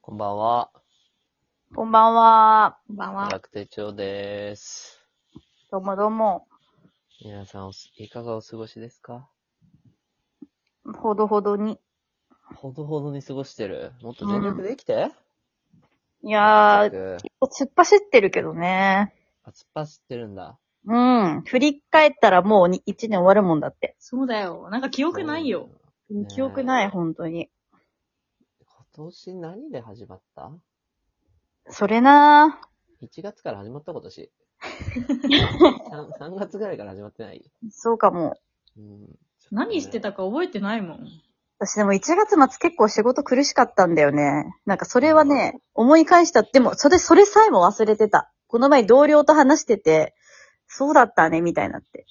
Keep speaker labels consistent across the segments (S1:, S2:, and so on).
S1: こんばんは。
S2: こんばんは。こんばんは。
S1: 楽手帳です。
S2: どうもどうも。
S1: 皆さんおす、いかがお過ごしですか
S2: ほどほどに。
S1: ほどほどに過ごしてる。もっと全力で生きて、
S2: いや
S1: まっ
S2: ー、
S1: たく
S2: 突っ走ってるけどね。
S1: あ、突っ走ってるんだ。
S2: うん。振り返ったらもうに1年終わるもんだって。
S3: そうだよ。なんか記憶ないよ。
S1: ね
S2: 記憶ない、本当に。
S1: うん。今年何で始まった
S2: それな
S1: ?1 月から始まった今 年。3, 3月ぐらいから始まってない。
S2: ー。そうかも。
S1: うん、
S3: 何して
S1: た
S3: たか覚えてないもん。
S2: 私でも1月末結構仕事苦しかったんだよね。なんかそれはね、思い返した。でも、それ、それさえも忘れてた。この前同僚と話してて、そうだったね、みたいなって。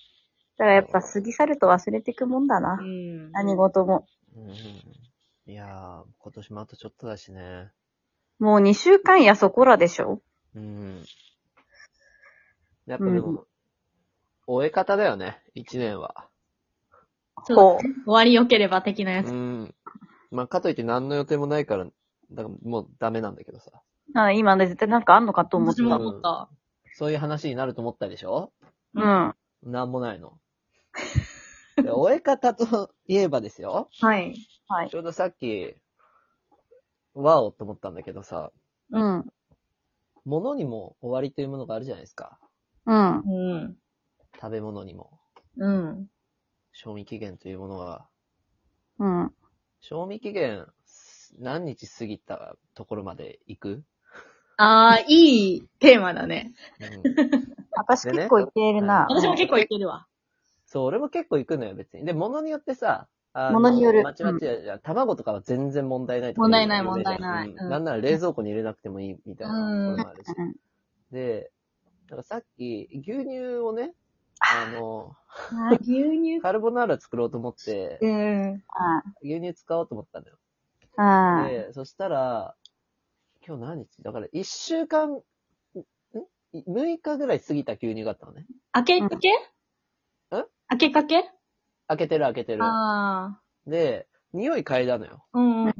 S2: だからやっぱ過ぎ去ると忘れていくもんだな
S3: う。ん。
S2: 何事も。
S1: うんうんいやー、今年もあとちょっとだしね。
S2: もう2週間やそこらでしょ
S1: うん。やっぱでも、終え方だよね、1年は。
S3: そう
S2: こう。
S3: 終わり良ければ的なや
S1: う
S3: つ。
S1: ん。まあ、かといって何の予定もないから、だからもうダメなんだけどさ。
S2: あ今ね、絶対なんかあんのかと思っ
S3: 私
S2: た。
S3: も思った。
S1: そういう話になると思ったでしょ
S2: う。
S3: うん
S1: なんもない の。で、終え方といえばですよ。
S3: はい。
S2: はい
S1: ち。ょうどさっき、わおと思ったんだけどさ、
S2: うん。
S1: 物にも終わりというものがあるじゃないですか。
S2: うん。
S3: うん。
S1: 食べ物にも。
S3: うん。
S1: 賞味期限というものが。
S2: うん。
S1: 賞味期限、何日過ぎたところまで行く、
S3: あー、いいテーマだね。
S1: うん、
S2: 私
S1: でね
S2: 結構いけるな。
S1: うん
S3: 私も結構いけるわ。
S1: そう、俺も結構行くのよ、別に。で、物によってさ、あの
S2: 物による
S1: まちまちやじゃん、卵とかは全然問題ないとか
S3: 問題ない
S1: 有名じゃん
S3: 問題ない
S1: うん
S3: うん
S1: なんなら冷蔵庫に入れなくてもいいみたいなこともあるし。
S2: うん
S1: で、なんかさっき、牛乳をね、あの、
S3: 牛乳。
S1: カルボナーラ作ろうと思って、
S3: うん。
S1: 牛乳使おうと思ったんだよ。
S2: ああ。
S1: で、そしたら、今日何日だから1週間、ん ?6 日ぐらい過ぎた牛乳があったのね。
S3: 開けかけ
S1: うん
S3: 開けかけ
S1: 開けてる開けてる。
S3: あ
S1: で、匂い嗅いだのよ。
S3: ー。うん。うん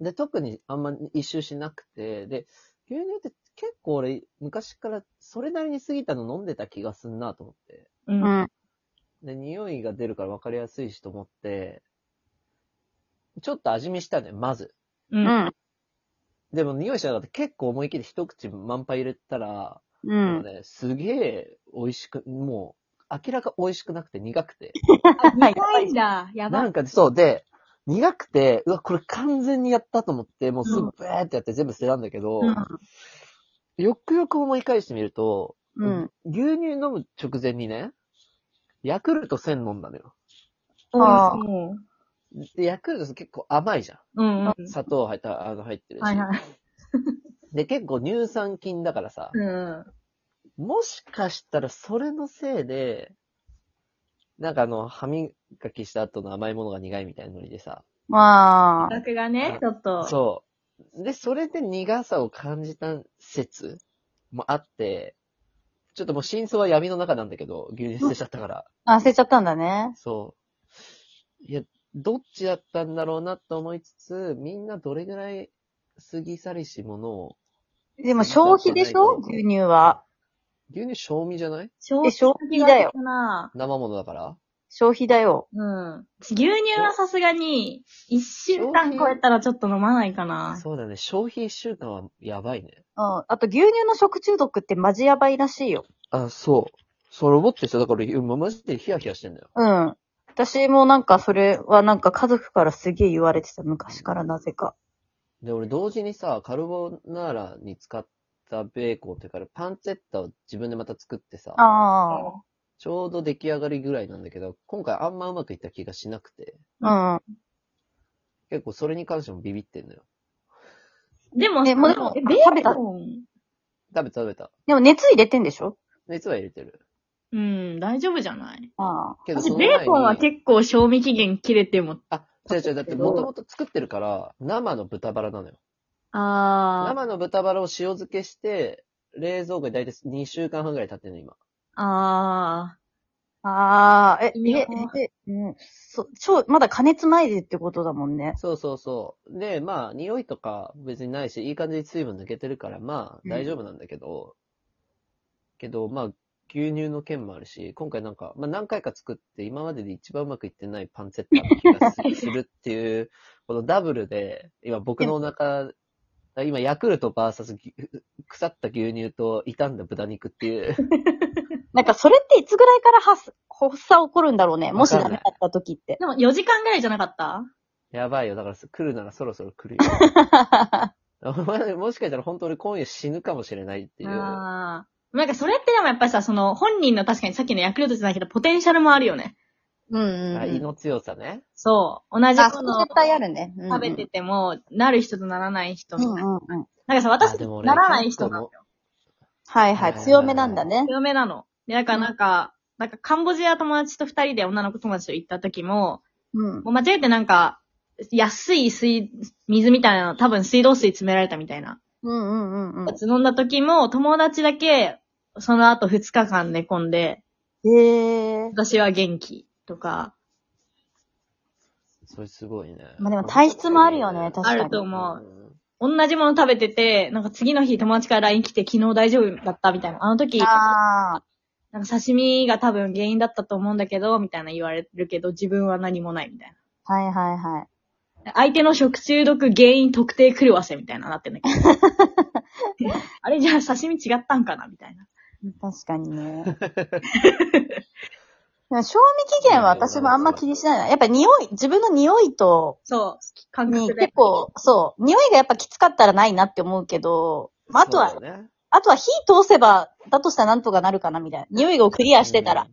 S1: で、特にあんま一周しなくて、で、牛乳って結構俺、昔からそれなりに過ぎたの飲んでた気がすんなと思って。
S3: う。
S2: うんん。
S1: で、匂いが出るから分かりやすいしと思って、ちょっと味見したのよ、まず。
S3: う。
S2: うんん。
S1: でも匂いしなかった。結構思い切り一口満杯入れたら、
S2: う。
S1: もうんね、すげえ美味しく、もう、明らか美味しくなくて苦くて。
S3: あ、苦いんだ。やば。
S1: ないんか、そう、で、苦くて、うわ、これ完全にやったと思って、もうすぐブーってやって全部捨てたんだけど、
S3: うん
S1: よくよく思い返してみると、
S2: うん。
S1: 牛乳飲む直前にね、ヤクルト1000飲んだのよ。
S2: あー
S3: うん
S1: で、ヤクルト結構甘いじゃ
S3: うん。うん
S1: ん。。砂糖入った、あの、入ってるし。
S3: はいはい。
S1: で、結構乳酸菌だからさ、
S3: うん。
S1: もしかしたらそれのせいで、なんかあの、歯磨きした後の甘いものが苦いみたいなノリでさ、
S2: まあ。
S3: 額がね、ちょっと。
S1: そう。で、それで苦さを感じた説もあって、ちょっともう真相は闇の中なんだけど、牛乳捨てちゃったから。
S2: あ忘れちゃったんだね。
S1: そう。いや、どっちだったんだろうなと思いつつ、みんなどれぐらい過ぎ去りしものを、
S2: でも消費でしょ牛乳は。
S1: 牛乳賞味じゃない
S3: 消
S2: え消費だよ
S3: 費がな
S1: 生ものだから
S2: 消費だよ。
S3: うん。牛乳はさすがに、一週間超えたらちょっと飲まないかな。
S1: そうだね、消費一週間はやばいね。
S2: うん。あと牛乳の食中毒ってマジやばいらしいよ。
S1: あ、そう。それ思ってさ、だから、今マジでヒヤヒヤしてんだよ。
S2: うん。私もなんかそれはなんか家族からすげえ言われてた。昔からなぜか。
S1: で、俺同時にさ、カルボナーラに使ったベーコンというか、パンチェッタを自分でまた作ってさ、
S2: あ
S1: ちょうど出来上がりぐらいなんだけど、今回あんまうまくいった気がしなくて、
S2: あ。うん。
S1: 結構それに関してもビビってんのよ。
S3: でも、
S2: えもうでも
S3: えベ
S2: 食べ
S3: ー
S2: た
S3: コン。
S1: 食べた食べた。
S2: でも熱入れてんでしょ
S1: 熱は入れてる。
S3: うん、大丈夫じゃない
S2: ああ。
S1: けど
S3: 私、
S1: その前に
S3: ベーコンは結構賞味期限切れても、
S1: あ、違う違う、だってもともと作ってるから、生の豚バラなのよ。
S3: あー、
S1: 生の豚バラを塩漬けして、冷蔵庫に大体2週間半ぐらい経ってんの、今。
S3: あ
S2: ああ、え、
S3: いや
S2: え、え、うん、そう、超、まだ加熱前でってことだもんね。
S1: そうそうそう。で、まあ、匂いとか別にないし、いい感じに水分抜けてるから、まあ、大丈夫なんだけど、けど、まあ、牛乳の件もあるし、今回なんか、まあ何回か作って、今までで一番うまくいってないパンツェッタの気がすするっていう、このダブルで、今僕のお腹、今ヤクルトバーサス牛腐った牛乳と傷んだ豚肉っていう、
S2: なんかそれっていつぐらいから発発作起こるんだろうね。もしダメだった時って。
S3: でも4時間ぐらいじゃなかった
S1: やばいよ。だから来るならそろそろ来るよ。お前、もしかしたら本当に今夜死ぬかもしれないっていう。
S3: ああ。なんかそれってでもやっぱりさ、その本人の確かにさっきのヤクルトじゃないけど、ポテンシャルもあるよね。
S2: うんうん、
S1: あ
S2: う
S1: 胃
S2: ん。
S1: の強さね。
S3: そう。同じ
S2: あ、
S3: も
S2: そ
S3: の
S2: の
S3: を
S2: 絶対あるね。
S3: 食べてても、なる人とならない人
S2: う
S3: み
S2: ん
S3: たいうな。
S2: んうん。
S3: なんかさ、
S1: あ
S3: 私
S1: でも、俺
S3: ならない人なのよ。
S2: はいはい。強めなんだね。
S3: 強めなの。で、なんかなんか、なんかカンボジア友達と二人で女の子友達と行った時も、
S2: うん。
S3: もう間違えてなんか、安い水、水みたいなの、多分水道水詰められたみたいな。
S2: うんうんうん
S3: やつ飲んだ時も、友達だけ、その後二日間寝込んで、
S2: うん。へえ。
S3: 私は元気とか、
S1: それすごいね。
S2: まあでも体質もあるよね、確か
S3: あ
S2: に。
S3: ると思う。
S1: うん
S3: 同じもの食べてて、なんか次の日友達から LINE 来て昨日大丈夫だったみたいな。あの時、
S2: ああ。
S3: なんか刺身が多分原因だったと思うんだけど、みたいな言われるけど、自分は何もないみたい
S2: はいはいはい。
S3: な。相手の食中毒原因特定狂わせみたいななってんだけど。 あれじゃあ刺身違ったんかなみたいな。
S2: 確かにね。でも賞味期限は私もあんま気にしないな。やっぱ匂い、自分の匂いと、
S3: そう、感
S2: に
S3: 覚で
S2: 結。構、そう、匂いがやっぱきつかったらないなって思うけど、まあ、あとは、
S1: そうだね
S2: あとは火通せば、だとしたらなんとかなるかなみたいな。匂いをクリアしてたら。。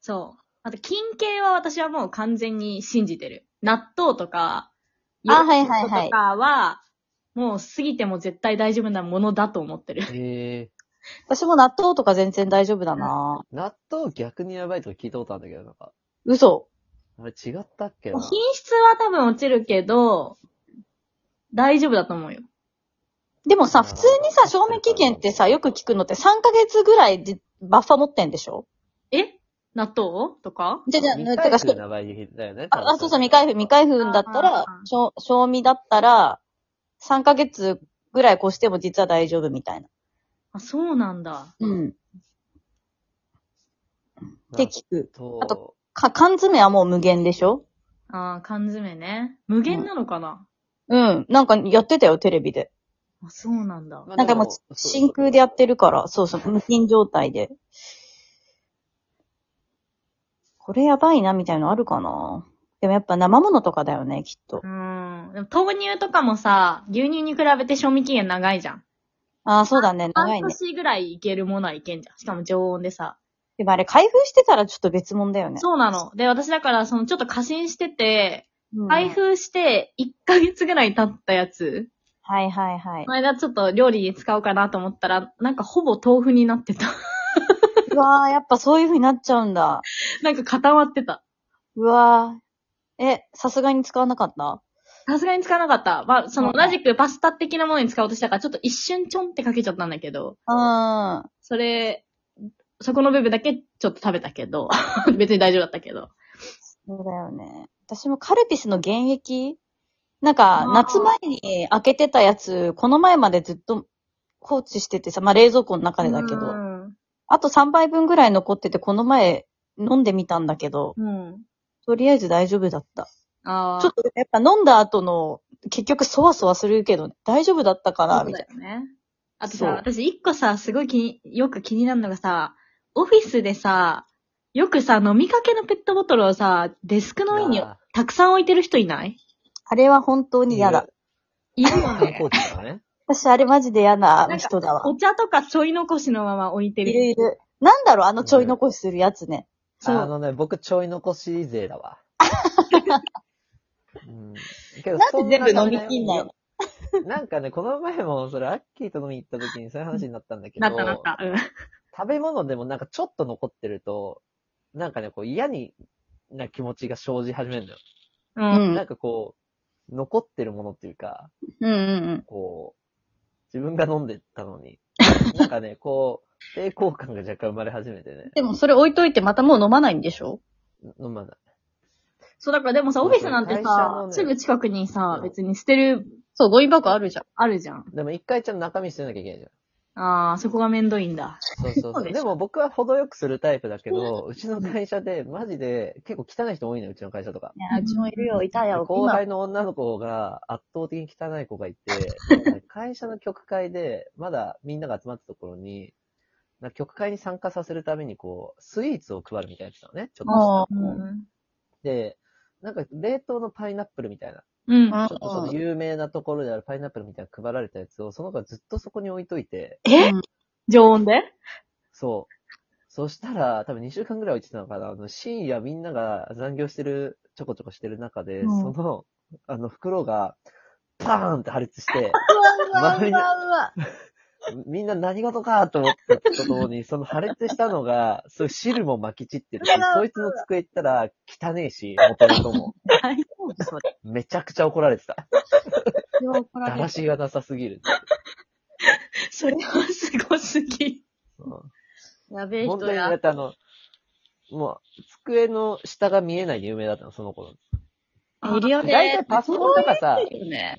S3: そう。あと、菌系は私はもう完全に信じてる。納豆とか、
S2: あはいはいはい
S3: ヨーグルトとかは、もう過ぎても絶対大丈夫なものだと思ってる。
S1: え
S2: 私も納豆とか全然大丈夫だな
S1: ー、納豆逆にやばいとか聞いたことあるんだけど、なんか。
S2: 嘘。
S1: あれ違ったっけな
S3: 品質は多分落ちるけど、大丈夫だと思うよ。
S2: でも
S1: あ
S2: さ、
S1: ー
S2: 普通にさ、賞味期限ってさ、よく聞くのって3ヶ月ぐらいでバッファ持ってんでしょ
S3: え納豆とか
S2: じゃじゃ、
S1: 未
S2: だ
S1: 開
S2: から
S1: 封な場合だよね。
S2: あ、あ、そうそう、未開封、未開封だったら
S3: あー、
S2: 賞賞味だったら、3ヶ月ぐらい越しても実は大丈夫みたいな。
S3: あ、そうなんだ。
S2: うん。って
S1: で
S2: 聞く。
S1: と、
S2: あか、缶詰はもう無限でしょ
S3: あー缶詰ね。無限なのかな、
S2: うん。なんかやってたよ、テレビで。
S3: あ、そうなんだ。
S1: まあ
S2: なんかもう
S1: でも、
S2: 真空でやってるから、そう そう、無菌状態で。これやばいな、みたいのあるかなでもやっぱ生物とかだよね、きっと
S3: う。ーん。でも豆乳とかもさ、牛乳に比べて賞味期限長いじゃん。
S2: ああ、そうだね、長
S3: 半
S2: いね。
S3: 年ぐらいいけるものはいけんじゃん。しかも常温でさ。
S2: でもあれ、開封してたらちょっと別物だよね。
S3: そうなの。で、私だから、そのちょっと過信してて、
S2: うん
S3: 開封して1ヶ月ぐらい経ったやつ、
S2: はいはいはい
S3: こ。の間ちょっと料理に使おうかなと思ったら、なんかほぼ豆腐になってた。
S2: うわー、やっぱそういう風になっちゃうんだ。
S3: なんか固まってた。
S2: うわー。え、さすがに使わなかった
S3: さすがに使わなかった。まあ、その
S2: はい
S3: 同じくパスタ的なものに使おうとしたから、ちょっと一瞬ちょんってかけちゃったんだけど、
S2: うん。
S3: それ、そこの部分だけちょっと食べたけど、 別に大丈夫だったけど。
S2: そうだよね。私もカルピスの原液なんか、
S3: あー
S2: 夏前に開けてたやつ、この前までずっと放置しててさ、まあ冷蔵庫の中でだけ
S3: う
S2: ど、
S3: ん。
S2: あと3杯分ぐらい残ってて、この前飲んでみたんだけど、
S3: うん。
S2: とりあえず大丈夫だった。
S3: ああ。
S2: ちょっとやっぱ飲んだ後の、結局そわそわするけど、大丈夫だったかな
S3: そう
S2: みた
S3: だ
S2: い
S3: よね。あと
S2: そう
S3: さ、私一個さ、すごい気に、よく気になるのがさ、オフィスでさ、よくさ、飲みかけのペットボトルをさ、デスクの上に
S1: あ
S3: たくさん置いてる人いない
S2: な。あれは本当
S1: ー
S2: に嫌だ。。
S3: いるよ
S1: 観
S3: ね。
S1: 光地だね。
S2: 私あれマジで嫌な
S3: なんか
S2: 人だわ。
S3: お茶とかちょい残しのまま置いて
S2: い
S3: る。
S2: るいる。なんだろう、あのちょい残しするやつね。
S1: あ
S3: そう
S1: のね、僕ちょい残し勢だ わ。うんけど
S2: なんで
S1: そな
S2: 全部飲みきんないの
S1: なんかね、この前も、それ、アッキーと飲みに行った時にそういう話になったんだけど、
S3: なったなった。うん。
S1: 食べ物でもなんかちょっと残ってると、なんかね、こう嫌にな気持ちが生じ始めるのよ。
S3: うん
S2: うん
S1: なんかこう、残ってるものっていうか、
S2: うんうんうん。
S1: こう、自分が飲んでたのに、なんかね、こう、抵抗感が若干生まれ始めてね。
S2: でもそれ置いといてまたもう飲まないんでしょ
S1: 飲まない。
S3: そう、だからでもさ、オフィスなんて
S1: 会社の
S3: さ、
S1: ね
S3: すぐ近くに
S1: う、
S3: さ
S1: ん
S3: 別に捨てる、
S2: そう、ゴミ箱あるじゃん。
S3: あるじゃん。
S1: でも一回ちゃんと中身捨てなきゃいけないじゃん。
S3: ああ、そこがめんどいんだ。
S1: そうそう
S2: そ
S1: そうう。
S2: でしょ
S1: でも僕は程よくするタイプだけど、うちの会社で、マジで、結構汚い人多いのよ、うちの会社とか。
S2: いやうちもいるよ、いたよ。
S1: 後
S2: 今
S1: 輩の女の子が圧倒的に汚い子がいて、会社の曲会で、まだみんなが集まったところに、なんか曲会に参加させるために、こう、スイーツを配るみたいなやつだね、ちょっ
S2: あ
S1: と
S2: ー
S1: した。で、なんか冷凍のパイナップルみたいな、
S3: うん。
S2: あ
S1: ちょっとその有名なところであるパイナップルみたいなの配られたやつを、その子がずっとそこに置いといて、
S3: え常温で
S1: そう。そしたら、多分2週間ぐらい置いてたのかな。あの深夜みんなが残業してる、ちょこちょこしてる中で、
S3: うん
S1: その、あの、袋が、パーンって破裂して、
S2: うわうわう
S1: 周りに
S2: わうわ。
S1: みんな何事かと思ったところに、その破裂したのが、そういう汁もまき散ってるし、そいつの机行ったら汚ねえし、元々も。
S3: 大丈夫
S1: めちゃくちゃ怒られてた。
S2: それは怒ら
S1: だ
S2: れ
S1: ら
S2: る
S1: しがなさすぎる。
S3: それはすごすぎ。
S1: うん
S2: やべえ
S1: 本
S2: 人
S1: 当にだ
S2: や
S1: っ。てあの、もう、机の下が見えないで有名だったの、その子の。
S2: いるよね。
S1: 大体パソコンとかさ、
S2: いるよね。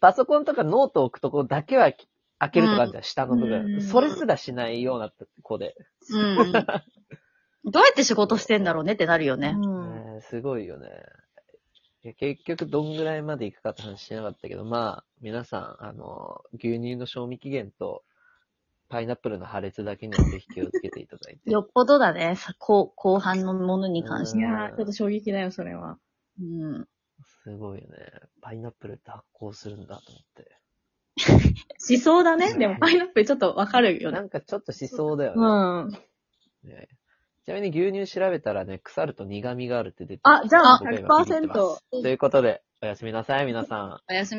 S1: パソコンとかノート置くとこだけは開けるとかあるじゃん、下の部
S3: う
S1: 分。
S3: ん
S1: それすらしないような子で。
S2: うん。どうやって仕事してんだろうねってなるよね。
S3: うん。
S1: ねえすごいよね。いや結局どんぐらいまでいくかって話しなかったけど、まあ、皆さん、あの、牛乳の賞味期限と、パイナップルの破裂だけにはぜひ気をつけていただいて。
S2: よっぽどだね、さ後後半のものに関し
S3: い
S2: て。
S3: やー、ちょっと衝撃だよ、それは。
S2: うん。
S1: すごいよね。パイナップルって発酵するんだと思っ
S3: しそうだね。でも、パイナップルちょっとわかるよ
S1: て。な
S3: ね。
S1: んかちょっとしそうだよ
S3: う
S1: ね。
S3: ん。
S1: ねちなみに牛乳調べたらね、腐ると苦味があるって出てきて
S3: あ、じゃあ、
S1: 僕今ビビってます
S3: 100%。
S1: ということで、おやすみなさい、皆さん。
S2: おやすみ。